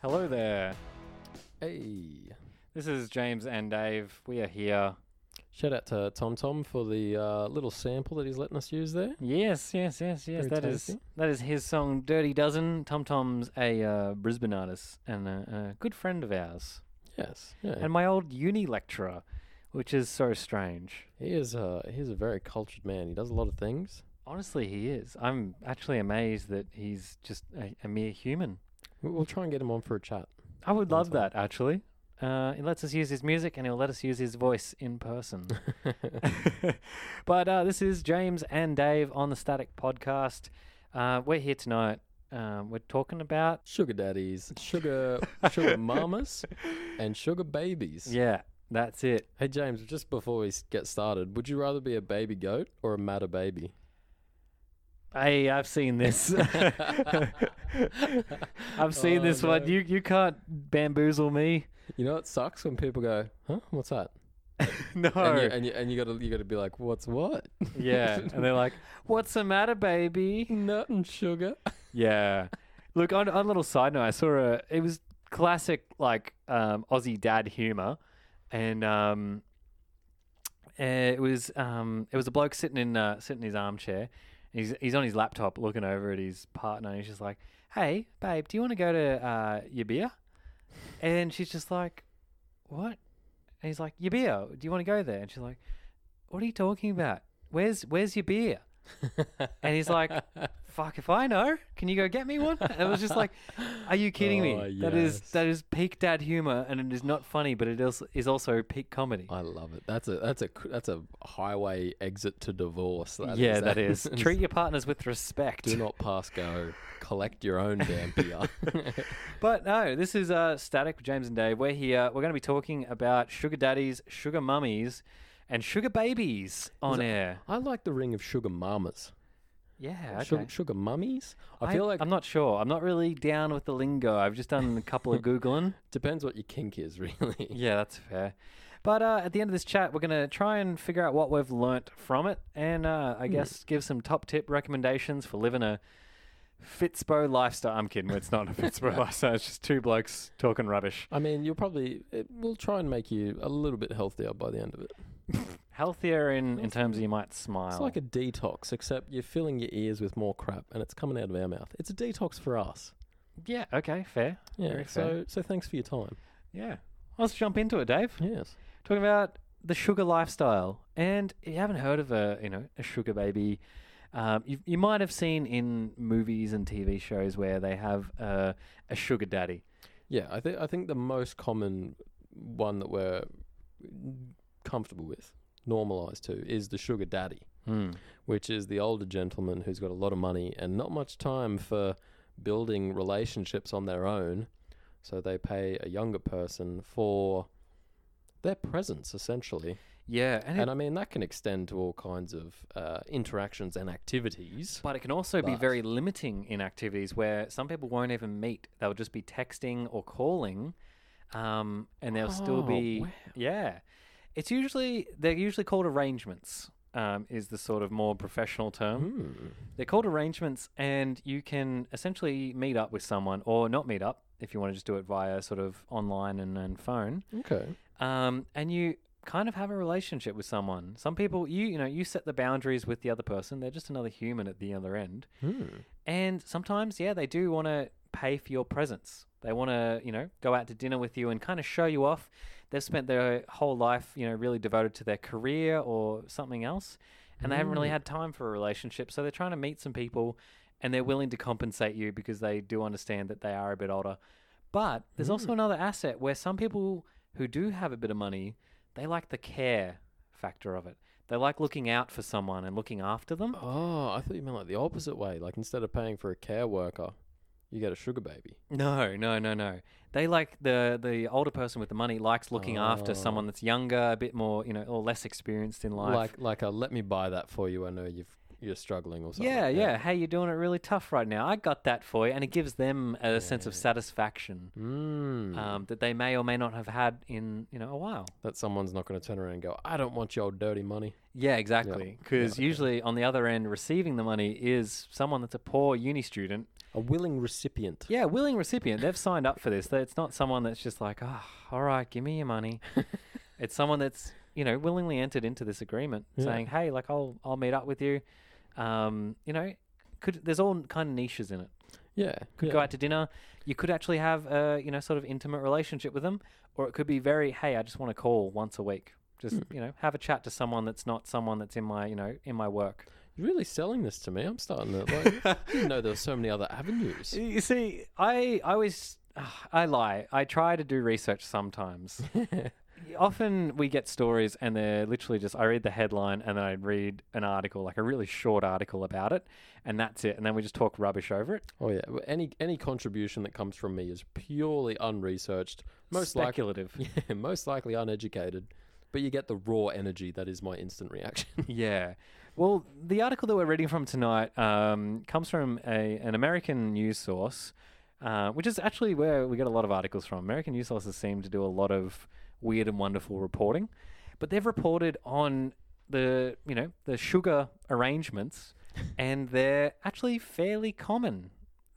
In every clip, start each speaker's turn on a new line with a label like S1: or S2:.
S1: Hello there.
S2: Hey.
S1: This is James and Dave. We are here.
S2: Shout out to Tom Tom for the uh, little sample that he's letting us use there.
S1: Yes, yes, yes, yes.
S2: Very
S1: That is
S2: tasty.
S1: that is his song "Dirty Dozen." Tom Tom's a uh, Brisbane artist and a, a good friend of ours,
S2: Yes. Yeah.
S1: and my old uni lecturer, which is so strange.
S2: he is a he is a very cultured man. He does a lot of things.
S1: Honestly, he is. I'm actually amazed that he's just a, a mere human.
S2: We- We'll try and get him on for a chat.
S1: I would
S2: Tom
S1: love
S2: Tom.
S1: that actually. Uh, he lets us use his music and he'll let us use his voice in person. but uh, this is James and Dave on the Static Podcast. Uh, we're here tonight. Um, we're talking about
S2: Sugar daddies, sugar sugar mamas, and sugar babies.
S1: yeah, that's it.
S2: Hey James, just before we s- get started, would you rather be a baby goat or a matter baby?
S1: Hey, I've seen this. I've seen
S2: Oh,
S1: this
S2: no.
S1: one. You you can't bamboozle me.
S2: You know it sucks when people go, "Huh? What's that?"
S1: No.
S2: And you and you, and you gotta you gotta be like, "What's what?"
S1: yeah, and they're like, "What's the matter, baby?"
S2: Nothing, sugar.
S1: Yeah. Look, on, on a little side note, I saw a. It was classic like um, Aussie dad humor, and um, eh, it was um, it was a bloke sitting in uh, sitting in his armchair. and He's he's on his laptop looking over at his partner. And he's just like, "Hey, babe, do you want to go to uh, Yabia?" And she's just like, "What?" And he's like, "Your beer? Do you want to go there?" And she's like, "What are you talking about? Where's where's your beer?" and he's like, "Fuck if I know. Can you go get me one?" And it was just like, "Are you kidding me?
S2: Oh,
S1: That is
S2: yes.
S1: that is peak dad humor, and it is not funny, but it is is also peak comedy."
S2: I love it. That's a that's a c- that's a highway exit to divorce. that
S1: yeah, that is.
S2: It's
S1: Treat your partners with respect.
S2: Do not pass go. Collect your own damn beer.
S1: But no, this is uh, Static with James and Dave. We're here. We're going to be talking about sugar daddies, sugar mummies, and sugar babies on
S2: that-
S1: air.
S2: I like the ring of sugar mamas.
S1: Yeah,
S2: Sug-
S1: okay.
S2: Sugar, mummies. I feel like
S1: I'm not sure. I'm not really down with the lingo. I've just done a couple of googling.
S2: depends what your kink is, really.
S1: Yeah, that's fair. But uh, at the end of this chat, we're going to try and figure out what we've learnt from it and uh, I guess give some top tip recommendations for living a Fitzbo lifestyle. I'm kidding. It's not a Fitzbo lifestyle. It's just two blokes talking rubbish.
S2: I mean, you'll probably it, we'll try and make you a little bit healthier by the end of it.
S1: Healthier in, in terms of you might smile.
S2: It's like a detox, except you're filling your ears with more crap, and it's coming out of our mouth. It's a detox for us.
S1: yeah, okay, fair.
S2: Yeah.
S1: Very
S2: so
S1: fair.
S2: so thanks for your time.
S1: Yeah. Let's jump into it, Dave.
S2: Yes.
S1: talking about the sugar lifestyle. And if you haven't heard of a you know a sugar baby, um, you you might have seen in movies and TV shows where they have uh, a sugar daddy.
S2: Yeah, I think I think the most common one that we're comfortable with, normalized to, is the sugar daddy, which is the older gentleman who's got a lot of money and not much time for building relationships on their own, so they pay a younger person for their presence essentially.
S1: Yeah, and,
S2: And
S1: it,
S2: I mean that can extend to all kinds of uh, interactions and activities.
S1: but it can also be
S2: But-
S1: very limiting in activities where some people won't even meet. They'll just be texting or calling, um, and they'll still
S2: Oh,
S1: be
S2: wow.
S1: yeah. It's usually they're usually called arrangements. Um, is the sort of more professional term.
S2: Hmm.
S1: They're called arrangements, and you can essentially meet up with someone or not meet up if you want to just do it via sort of online and, and phone.
S2: Hmm. Okay.
S1: Um, and you kind of have a relationship with someone. Some people, you you know, you set the boundaries with the other person. They're just another human at the other end.
S2: Hmm.
S1: And sometimes, yeah, they do want to pay for your presence. They want to, you know, go out to dinner with you and kind of show you off. They've spent their whole life, you know, really devoted to their career or something else, and they haven't really had time for a relationship. So they're trying to meet some people, and they're willing to compensate you because they do understand that they are a bit older. But there's also another asset where some people who do have a bit of money, they like the care factor of it. They like looking out for someone and looking after them.
S2: Oh, I thought you meant like the opposite way. Like instead of paying for a care worker, you get a sugar baby.
S1: No, no, no, no. They like the the older person with the money likes looking after someone that's younger, a bit more, you know, or less experienced in life.
S2: Like like a let me buy that for you. I know you've you're struggling or something.
S1: yeah,
S2: like that.
S1: yeah. Hey, you're doing it really tough right now. I got that for you, and it gives them a sense of satisfaction
S2: Mm,
S1: um, that they may or may not have had in you know a while.
S2: that someone's not going to turn around and go, I don't want your dirty money.
S1: Yeah, exactly. Because
S2: yeah.
S1: usually on the other end, receiving the money is someone that's a poor uni student
S2: A willing recipient.
S1: Yeah, willing recipient. They've signed up for this. They- It's not someone that's just like, oh, all right, give me your money. it's someone that's you know willingly entered into this agreement,
S2: Yeah.
S1: saying, hey, like I'll I'll meet up with you. Um, you know, could there's all kind of niches in it.
S2: Yeah.
S1: Could
S2: yeah.
S1: go out to dinner. You could actually have a you know sort of intimate relationship with them, or it could be very, hey, I just want to call once a week. Just
S2: Hmm.
S1: you know, have a chat to someone that's not someone that's in my you know in my work.
S2: You're really selling this to me. I'm starting to like. I didn't know there were so many other avenues.
S1: You see, I I always I lie. I try to do research sometimes. Often we get stories and they're literally just I read the headline and then I read an article, like a really short article about it, and that's it. And then we just talk rubbish over it.
S2: Oh yeah. Well, Any any contribution that comes from me is purely unresearched, most likely
S1: speculative.
S2: yeah, most likely uneducated. But you get the raw energy that is my instant reaction.
S1: yeah. Well, the article that we're reading from tonight um, comes from a, an American news source, uh, which is actually where we get a lot of articles from. American news sources seem to do a lot of weird and wonderful reporting, but they've reported on the you know the sugar arrangements, and they're actually fairly common.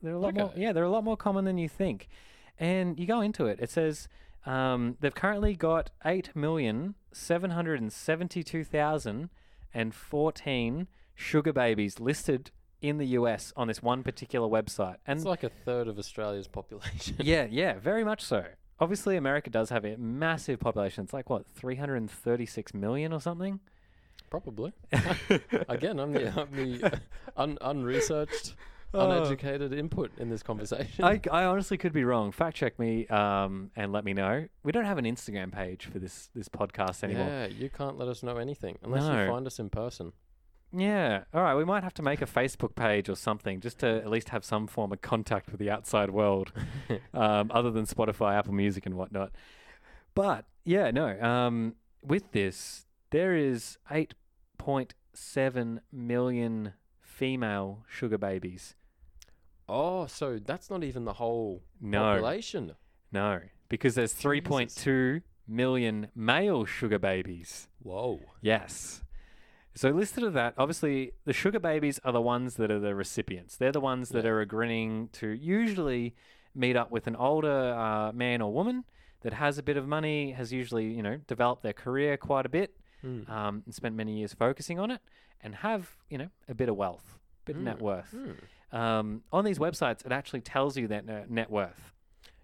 S1: They're a lot more
S2: Okay.
S1: yeah, they're a lot more common than you think. And you go into it, it says um, they've currently got 8,772,014 sugar babies listed in the US on this one particular website. And
S2: it's like a third of Australia's population.
S1: yeah, yeah, very much so. Obviously, America does have a massive population. It's like, what, 336 million or something?
S2: Probably. Again, I'm the, I'm the un, unresearched, uneducated input in this conversation.
S1: Oh. I, I honestly could be wrong. Fact check me um, and let me know. We don't have an Instagram page for this this podcast anymore.
S2: yeah, you can't let us know anything unless
S1: No.
S2: you find us in person.
S1: Yeah. All right. We might have to make a Facebook page or something just to at least have some form of contact with the outside world, um, other than Spotify, Apple Music, and whatnot. But yeah, no. Um, with this, there is 8.7 million female sugar babies.
S2: Oh, so that's not even the whole
S1: No.
S2: population.
S1: No, because there's 3.2 million male sugar babies.
S2: Whoa.
S1: Yes. So listed of that, obviously the sugar babies are the ones that are the recipients. They're the ones that
S2: Yeah.
S1: are agreeing to usually meet up with an older uh, man or woman that has a bit of money, has usually you know developed their career quite a bit,
S2: Mm.
S1: um, and spent many years focusing on it, and have you know a bit of wealth, bit of net
S2: Mm.
S1: worth.
S2: Mm.
S1: Um, on these websites, it actually tells you that net- net worth,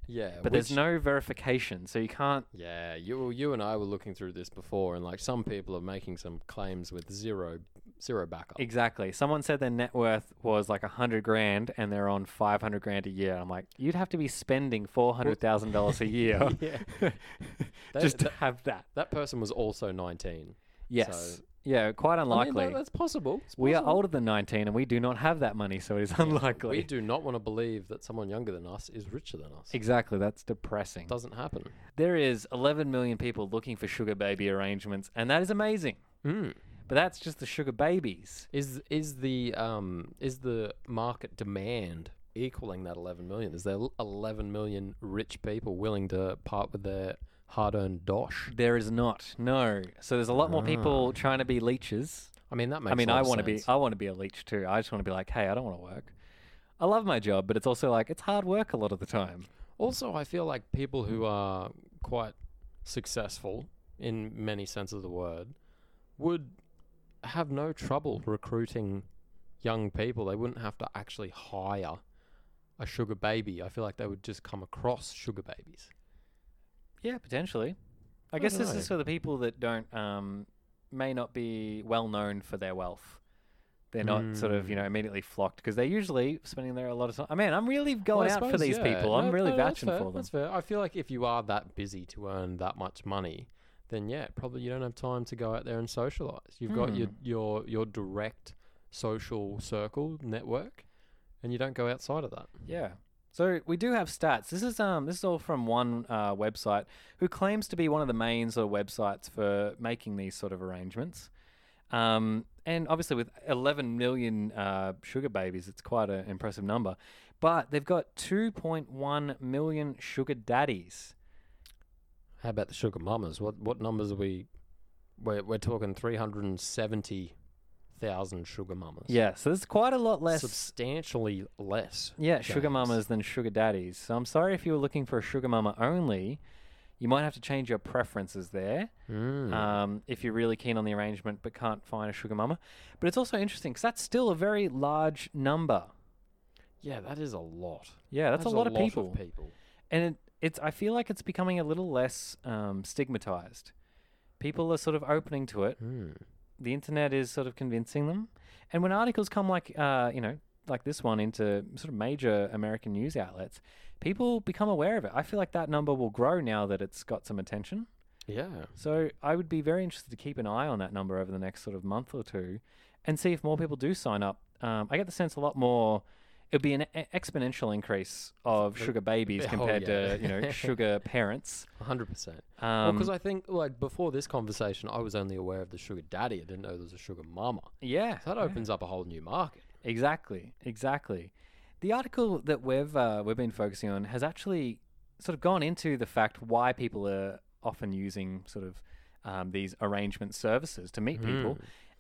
S2: Yeah,
S1: but there's
S2: Uh, which-
S1: no verification, so you can't.
S2: Yeah, you you and I were looking through this before, and like some people are making some claims with zero zero backup.
S1: Exactly. Someone said their net worth was like a hundred grand, and they're on five hundred grand a year. I'm like, you'd have to be spending four hundred thousand dollars a year
S2: yeah,
S1: just to
S2: that-
S1: have that.
S2: that person was also nineteen.
S1: Yes. yeah. Quite
S2: I mean,
S1: unlikely.
S2: that- that's possible. It's
S1: we are
S2: possible.
S1: older than nineteen, and we do not have that money, so it is unlikely.
S2: We do not want to believe that someone younger than us is richer than us. It
S1: Exactly. That's depressing.
S2: doesn't happen.
S1: There is eleven million people looking for sugar baby arrangements, and that is amazing.
S2: Mm.
S1: But that's just the sugar babies.
S2: Is is the um is the market demand equaling that 11 million? Is there l- 11 million rich people willing to part with their hard-earned dosh?
S1: There is not. No. So there's a lot more
S2: Ah.
S1: people trying to be leeches.
S2: I mean, that makes.
S1: I mean, I want
S2: want
S1: to be I want to be a leech too. I just want to be like, hey, I don't want to work. I love my job, but it's also like it's hard work a lot of the time.
S2: Also, I feel like people who are quite successful in many sense of the word would have no trouble recruiting young people. They wouldn't have to actually hire a sugar baby. I feel like they would just come across sugar babies.
S1: Yeah, potentially. I,
S2: I
S1: guess
S2: dunno.
S1: this is for the people that don't um, may not be well known for their wealth. They're not sort of you
S2: Hmm.
S1: know immediately flocked because they're usually spending their a lot of time. I mean, I'm really
S2: Well,
S1: going
S2: I
S1: out for
S2: suppose,
S1: these
S2: yeah.
S1: people. I'm
S2: No,
S1: really
S2: no, that's
S1: vouching
S2: fair,
S1: for them.
S2: That's fair. I feel like if you are that busy to earn that much money, then yeah, probably you don't have time to go out there and socialize. You've got your
S1: Hmm.
S2: your your direct social circle network, and you don't go outside of that.
S1: Yeah. So we do have stats. This is um this is all from one uh, website who claims to be one of the main sort of websites for making these sort of arrangements. Um, and obviously with 11 million uh, sugar babies, it's quite an impressive number. But they've got 2.1 million sugar daddies.
S2: How about the sugar mamas? What what numbers are we? We're we're talking three hundred and seventy thousand sugar mamas.
S1: Yeah, so there's quite a lot less.
S2: substantially less.
S1: yeah, sugar
S2: games.
S1: mamas than sugar daddies. So I'm sorry if you were looking for a sugar mama only. You might have to change your preferences there
S2: Mm.
S1: um, if you're really keen on the arrangement but can't find a sugar mama. But it's also interesting because that's still a very large number.
S2: yeah, that is a lot.
S1: Yeah, that's, a lot, of, people.
S2: people.
S1: and it, it's I feel like it's becoming a little less um, stigmatized. People are sort of opening to it.
S2: Mm.
S1: The internet is sort of convincing them, and when articles come like uh, you know like this one into sort of major American news outlets, people become aware of it. I feel like that number will grow now that it's got some attention.
S2: Yeah.
S1: So I would be very interested to keep an eye on that number over the next sort of month or two, and see if more people do sign up. Um, I get the sense a lot more. It'd be an e- exponential increase of
S2: The-
S1: sugar babies
S2: oh,
S1: compared
S2: yeah.
S1: to you know sugar parents.
S2: hundred percent. Well,
S1: Um,
S2: because I think like before this conversation, I was only aware of the sugar daddy. I didn't know there was a sugar mama.
S1: yeah,
S2: So that
S1: yeah.
S2: opens up a whole new market.
S1: exactly, exactly. The article that we've uh, we've been focusing on has actually sort of gone into the fact why people are often using sort of um, these arrangement services to meet people,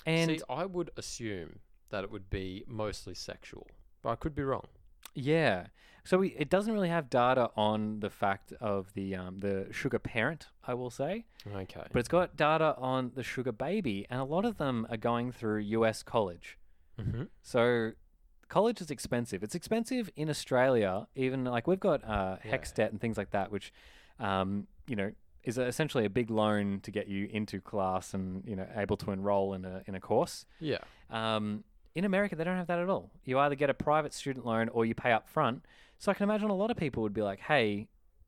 S1: and
S2: Hmm. See, I would assume that it would be mostly sexual, but I could be wrong.
S1: Yeah. So we, it doesn't really have data on the fact of the um, the sugar parent, I will say,
S2: Okay.
S1: but it's got data on the sugar baby, and a lot of them are going through U.S. college.
S2: mm-hmm.
S1: So college is expensive. It's expensive in Australia, even like we've got uh,
S2: Yeah.
S1: hex debt and things like that, which um, you know is essentially a big loan to get you into class and you know able to enroll in a in a course.
S2: yeah,
S1: Um, in America, they don't have that at all. You either get a private student loan or you pay up front. So I can imagine a lot of people would be like, "Hey,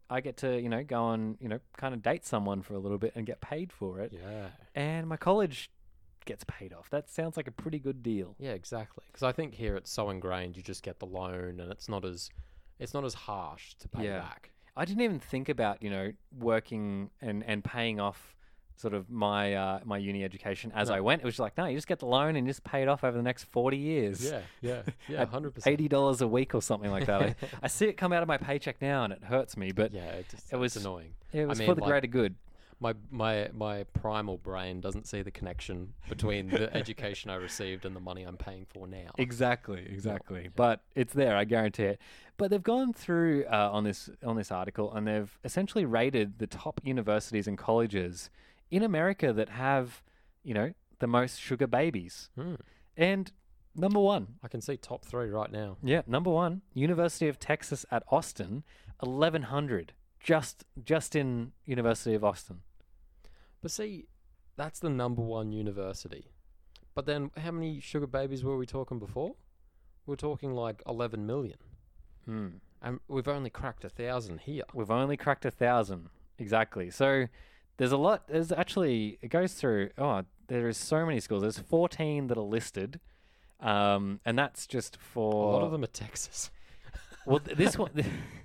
S1: I get to you know go on you know kind of date someone for a little bit and get paid for it,
S2: yeah,
S1: and my college gets paid off. That sounds like a pretty good deal."
S2: yeah, exactly. Because I think here it's so ingrained, you just get the loan, and it's not as it's not as harsh to pay
S1: Yeah.
S2: back.
S1: I didn't even think about you know working and and paying off sort of my uh, my uni education as
S2: No.
S1: I went. It was just like, no, you just get the loan and you just pay it off over the next forty years.
S2: Yeah, yeah, yeah,
S1: At
S2: hundred percent.
S1: eighty dollars a week or something like that. I, I see it come out of my paycheck now, and it hurts me, but
S2: Yeah, it, just,
S1: It was-
S2: it's annoying.
S1: it was for
S2: mean,
S1: the
S2: like- oh.
S1: greater good.
S2: My my my primal brain doesn't see the connection between the education I received and the money I'm paying for now.
S1: Exactly, exactly. But it's there, I guarantee it. But they've gone through uh, on this on this article, and they've essentially rated the top universities and colleges in America that have, you know, the most sugar babies.
S2: Hmm.
S1: And number one,
S2: I can see top three right now.
S1: yeah, number one, University of Texas at Austin, eleven hundred, just just in University of Austin.
S2: But see, that's the number one university. But then, how many sugar babies were we talking before? We are talking like 11 million.
S1: Hmm.
S2: And we've only cracked a thousand here.
S1: We've only cracked a thousand. Exactly. So there's a lot. There's actually, it goes through, oh, there is so many schools. There's 14 that are listed. Um, and that's just for.
S2: a lot of them are Texas.
S1: Well, th- this one,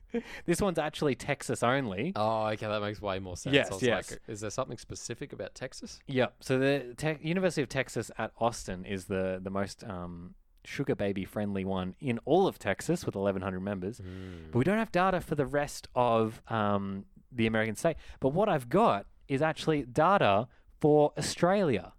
S1: this one's actually Texas only.
S2: Oh, okay, that makes way more sense.
S1: Yes,
S2: I was
S1: yes.
S2: Like, is there something specific about Texas?
S1: Yep. So the te- University of Texas at Austin is the the most um, sugar baby friendly one in all of Texas with 1,100 members. But
S2: Hmm.
S1: we don't have data for the rest of um, the American state. But what I've got is actually data for Australia.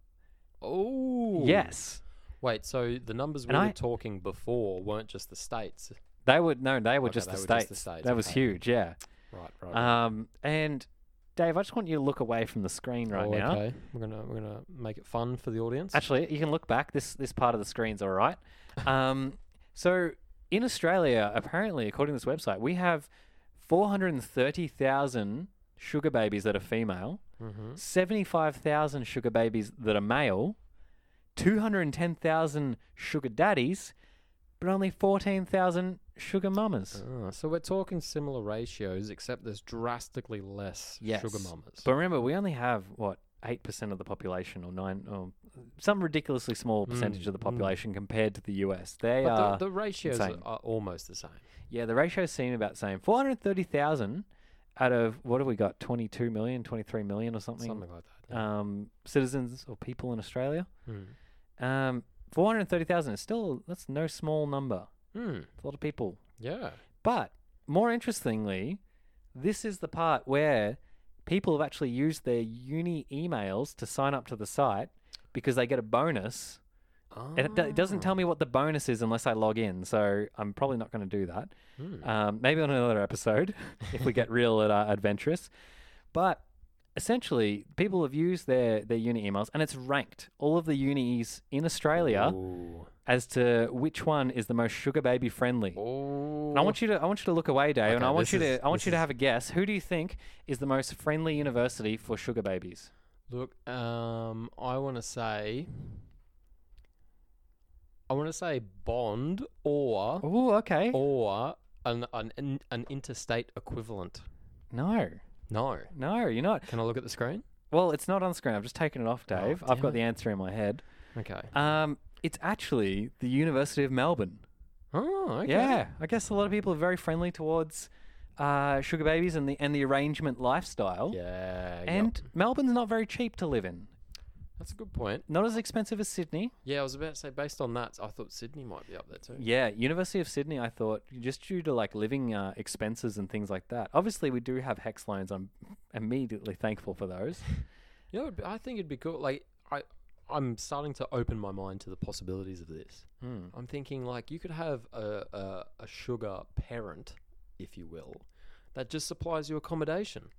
S2: Oh,
S1: Yes.
S2: Wait, so the numbers we
S1: And
S2: were
S1: I-
S2: talking before weren't just the states,
S1: They were no, they were
S2: Okay,
S1: just the
S2: they were just
S1: states.
S2: the states,
S1: That was
S2: okay.
S1: huge, yeah.
S2: right? Right.
S1: Um, and Dave, I just want you to look away from the screen right
S2: Oh,
S1: now.
S2: Okay, we're gonna we're gonna make it fun for the audience.
S1: Actually, you can look back. This this part of the screen's all right. Um, so in Australia, apparently, according to this website, we have 430,000 sugar babies that are female,
S2: mm-hmm.
S1: 75,000 sugar babies that are male, 210,000 sugar daddies, but only 14,000 sugar mamas.
S2: Ah, so we're talking similar ratios, except there's drastically less sugar
S1: Yes,
S2: mamas.
S1: But remember, we only have what eight percent of the population, or nine, or some ridiculously small percentage
S2: Mm,
S1: of the
S2: mm.
S1: population compared to the US. They
S2: But
S1: are
S2: the, the ratios are,
S1: insane.
S2: are almost the same.
S1: Yeah, the ratios seem about the same. 430,000 out of what have we got? 22 million, 23 million or something.
S2: Something like that. Hmm.
S1: Um, citizens or people in Australia.
S2: yeah.
S1: Um, 430,000 is still, that's no small number.
S2: Hmm. Hmm.
S1: It's a lot of people.
S2: Yeah.
S1: But more interestingly, this is the part where people have actually used their uni emails to sign up to the site because they get a bonus It, it do- it
S2: Ah.
S1: doesn't tell me what the bonus is unless I log in, so I'm probably not going to do that.
S2: Hmm.
S1: Um, maybe on another episode if we get real and uh, adventurous. But essentially, people have used their their uni emails, and it's ranked all of the unis in Australia
S2: Ooh.
S1: as to which one is the most sugar baby friendly. And I want you to I want you to look away, Dave, and
S2: Okay,
S1: I want
S2: this
S1: you to
S2: is-
S1: I want
S2: this
S1: you to
S2: is-
S1: have a guess. Who do you think is the most friendly university for sugar babies?
S2: Look, um, I want to say, I want to say Bond or
S1: Oh, okay.
S2: or an an in- an interstate equivalent.
S1: No,
S2: No.
S1: no, you're not.
S2: Can I look at the screen?
S1: Well, it's not on screen. I've just taken it off, Dave. I've
S2: Oh, damn
S1: got
S2: it.
S1: the answer in my head.
S2: Okay.
S1: Um, it's actually the University of Melbourne.
S2: Oh, okay.
S1: Yeah, I guess a lot of people are very friendly towards uh, sugar babies and the and the arrangement lifestyle.
S2: Yeah. yep.
S1: And Melbourne's not very cheap to live in.
S2: that's a good point.
S1: Not as expensive as Sydney.
S2: Yeah, I was about to say, based on that, I thought Sydney might be up there too.
S1: Yeah, University of Sydney. I thought just due to like living uh, expenses and things like that. Obviously, we do have hex loans. I'm immediately thankful for those.
S2: You know, it'd be- I think it'd be cool. Like, I, I'm starting to open my mind to the possibilities of this.
S1: Hmm.
S2: I'm thinking like you could have a, a a sugar parent, if you will, that just supplies you accommodation.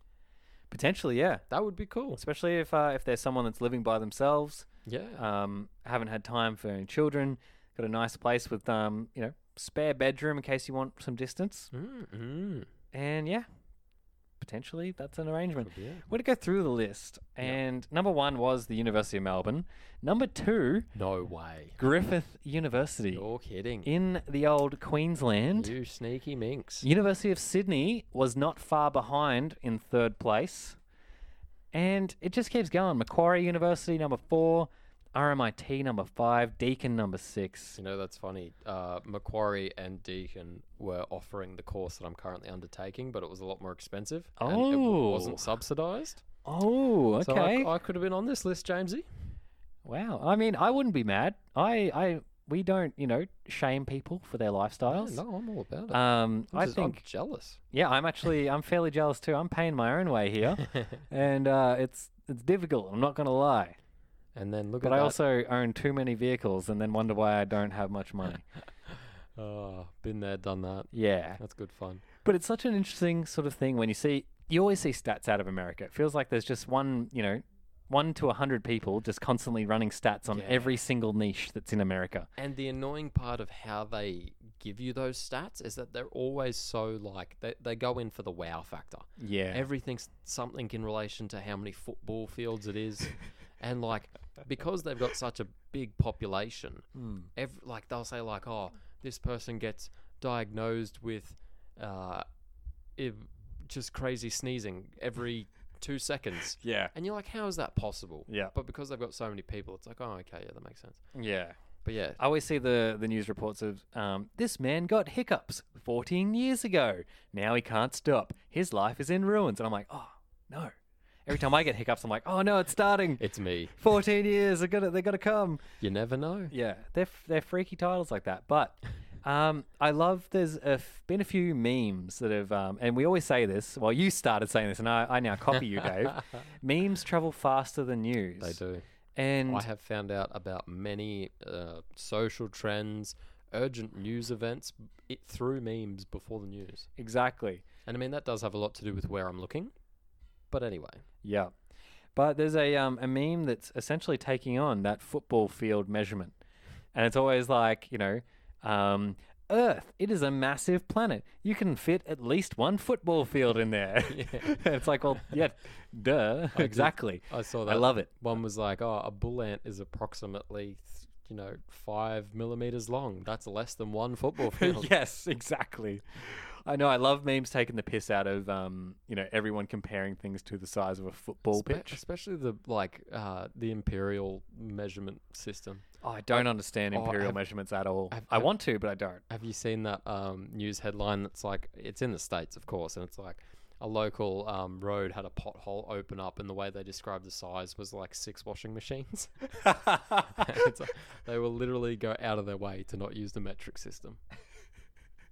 S1: Potentially, yeah.
S2: That would be cool.
S1: Especially if uh, if there's someone that's living by themselves.
S2: Yeah.
S1: um, haven't had time for any children. Got a nice place with um, you know, spare bedroom in case you want some distance.
S2: Mm, mm.
S1: And yeah, potentially that's an arrangement.
S2: Could be it.
S1: We're to go through the list,
S2: Yeah.
S1: and number one was the University of Melbourne. Number two,
S2: No way.
S1: Griffith University
S2: You're kidding.
S1: in the old Queensland.
S2: you sneaky minx.
S1: University of Sydney was not far behind in third place. And it just keeps going. Macquarie University, number four. RMIT, number five. Deakin, number six.
S2: You know, that's funny. Uh, Macquarie and Deakin were offering the course that I'm currently undertaking, but it was a lot more expensive. And it w-
S1: Oh.
S2: wasn't subsidized.
S1: Oh, okay.
S2: So I, I could have been on this list, Jamesy.
S1: wow. I mean, I wouldn't be mad. I, I, we don't, you know, shame people for their lifestyles.
S2: no, I'm all about it.
S1: Um,
S2: I'm
S1: I
S2: just- I'm
S1: think,
S2: jealous.
S1: yeah, I'm actually, I'm fairly jealous too. I'm paying my own way here, and uh, it's it's difficult. I'm not gonna lie.
S2: And then look
S1: But I
S2: at that.
S1: also own too many vehicles and then wonder why I don't have much money.
S2: Oh, been there, done that.
S1: yeah.
S2: That's good fun.
S1: But it's such an interesting sort of thing when you see, you always see stats out of America. It feels like there's just one, you know, one to a hundred people just constantly running stats on
S2: Yeah.
S1: every single niche that's in America.
S2: And the annoying part of how they give you those stats is that they're always so like they, they go in for the wow factor.
S1: Yeah.
S2: Everything's something in relation to how many football fields it is, and like because they've got such a big population,
S1: Hmm.
S2: ev- like they'll say like oh this person gets diagnosed with uh, if just crazy sneezing every two seconds.
S1: yeah.
S2: And you're like, how is that possible?
S1: Yeah.
S2: But because they've got so many people, it's like, oh, okay, yeah, that makes sense.
S1: Yeah.
S2: But yeah,
S1: I always see the, the news reports of um, this man got hiccups 14 years ago. Now he can't stop. His life is in ruins. And I'm like, oh, no. Every time I get hiccups, I'm like, oh, no, it's starting.
S2: it's me.
S1: 14 years. They're gonna, they're gonna come.
S2: You never know.
S1: Yeah, they're f- they're freaky titles like that. But um, I love. There's a f- been a few memes that have, um, and we always say this. Well, you started saying this, and I, I now copy you, Dave. memes travel faster than news.
S2: They do.
S1: And
S2: I have found out about many uh, social trends, urgent news events b- it, through memes before the news.
S1: exactly.
S2: And I mean, that does have a lot to do with where I'm looking. But anyway,
S1: Yeah. But there's a um, a meme that's essentially taking on that football field measurement. And it's always like, you know, um, Earth, it is a massive planet. You can fit at least one football field in there. it's like, well, yeah, duh.
S2: did-
S1: exactly.
S2: I saw
S1: I
S2: that.
S1: love it.
S2: One was like, oh, a bull ant is approximately, th- you know, five millimeters long. That's less than one football field.
S1: yes, exactly. I know. I love memes taking the piss out of, um, you know, everyone comparing things to the size of a football
S2: Spe-
S1: pitch.
S2: Especially the like uh, the imperial measurement system.
S1: Oh, I don't understand
S2: Oh,
S1: imperial
S2: have-
S1: measurements at all.
S2: have-
S1: I
S2: have-
S1: want to, but I don't.
S2: Have you seen that um, news headline that's like it's in the states, of course, and it's like a local um, road had a pothole open up, and the way they described the size was like six washing machines. It's like, they will literally go out of their way to not use the metric system.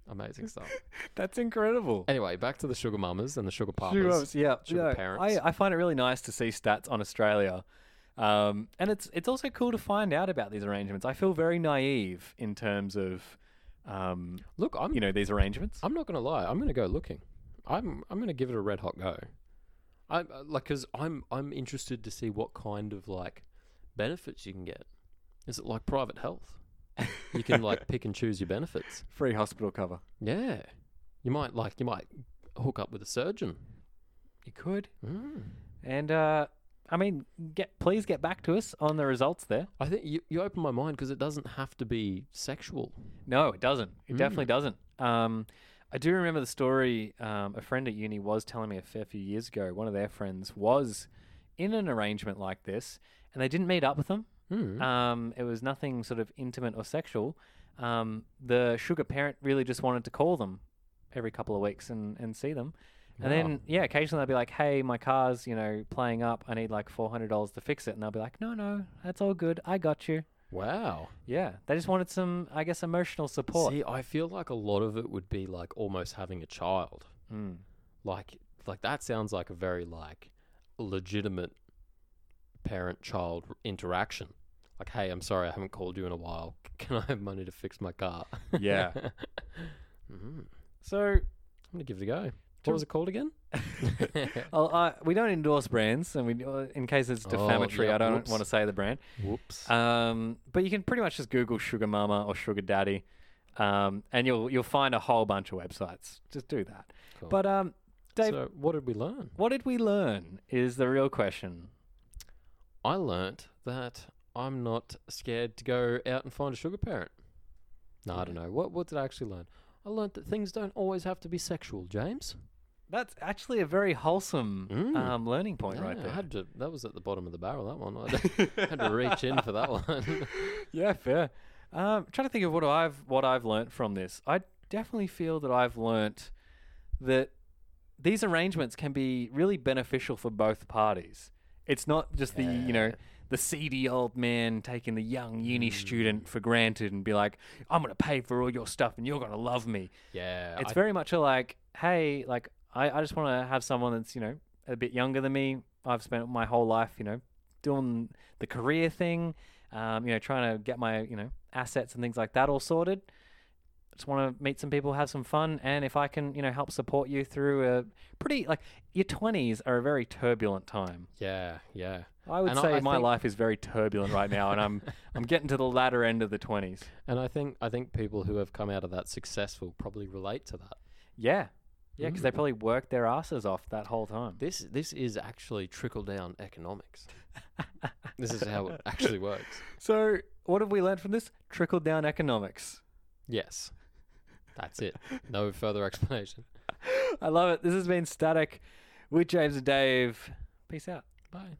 S2: Amazing stuff.
S1: That's incredible.
S2: Anyway, back to the sugar mamas and the sugar
S1: Sugar
S2: papas.
S1: mums, yeah.
S2: sugar
S1: no,
S2: parents.
S1: I, I find it really nice to see stats on Australia Um, and it's it's also cool to find out about these arrangements. I feel very naive in terms of, um,
S2: Look, I'm
S1: you know, these arrangements.
S2: I'm not gonna lie. I'm gonna go looking. I'm I'm gonna give it a red hot go. I uh, like because I'm I'm interested to see what kind of like benefits you can get. Is it like private health? You can like pick and choose your benefits.
S1: Free hospital cover.
S2: Yeah, you might like you might hook up with a surgeon.
S1: You could.
S2: Mm.
S1: And uh, I mean, get please get back to us on the results there.
S2: I think you you open my mind because it doesn't have to be sexual.
S1: No, it doesn't. It
S2: Mm.
S1: definitely doesn't. Um, I do remember the story. Um, a friend at uni was telling me a fair few years ago. One of their friends was in an arrangement like this, and they didn't meet up with them.
S2: Mm.
S1: Um, it was nothing sort of intimate or sexual. Um, the sugar parent really just wanted to call them every couple of weeks and, and see them. And
S2: Wow.
S1: then, yeah, occasionally they'd be like, hey, my car's, you know, playing up. I need like $400 to fix it. And they'll be like, no, no, that's all good. I got you.
S2: Wow.
S1: Yeah. They just wanted some, I guess, emotional support.
S2: See, I feel like a lot of it would be like almost having a child.
S1: Mm.
S2: Like like that sounds like a very like legitimate parent child interaction. Like, hey, I'm sorry I haven't called you in a while. Can I have money to fix my car?
S1: Yeah.
S2: Mhm.
S1: So
S2: I'm gonna give it a go. What
S1: To-
S2: was it called again?
S1: I'll, I, we don't endorse brands. And we, uh, in case it's
S2: Oh,
S1: defamatory,
S2: yeah,
S1: I don't
S2: whoops.
S1: want to say the brand.
S2: Whoops.
S1: Um, but you can pretty much just Google Sugar Mama or Sugar Daddy, um, and you'll you'll find a whole bunch of websites. Just do that.
S2: Cool.
S1: But um, Dave,
S2: so, what did we learn?
S1: what did we learn? Is the real question.
S2: I learnt that I'm not scared to go out and find a sugar parent. No, I don't know. What what did I actually learn? I learnt that things don't always have to be sexual, James.
S1: That's actually a very wholesome
S2: Mm.
S1: um, learning point right
S2: Yeah,
S1: there.
S2: I had to, that was at the bottom of the barrel, that one. I had to, had to reach in for that one.
S1: yeah, fair. Um, trying to think of what I've what I've learnt from this. I definitely feel that I've learnt that these arrangements can be really beneficial for both parties. It's not just the you know
S2: Yeah.
S1: the seedy old man taking the young uni student for granted and be like, I'm gonna pay for all your stuff and you're gonna love me.
S2: yeah.
S1: It's
S2: I,
S1: very much a like, hey, like I, I just want to have someone that's you know a bit younger than me. I've spent my whole life, you know, doing the career thing, um, you know, trying to get my you know assets and things like that all sorted. Just want to meet some people, have some fun, and if I can, you know, help support you through a pretty like your twenties are a very turbulent time.
S2: yeah, yeah.
S1: I would
S2: And I-
S1: say
S2: I
S1: my
S2: think-
S1: life is very turbulent right now, and I'm I'm getting to the latter end of the twenties.
S2: And I think I think people who have come out of that successful probably relate to that.
S1: Yeah, yeah, because they
S2: Mm.
S1: probably worked their asses off that whole time.
S2: This this is actually trickle down economics. this is how it actually works.
S1: So, what have we learned from this? Trickle down economics.
S2: Yes. That's it. No further explanation.
S1: I love it. This has been Static with James and Dave. Peace out.
S2: Bye.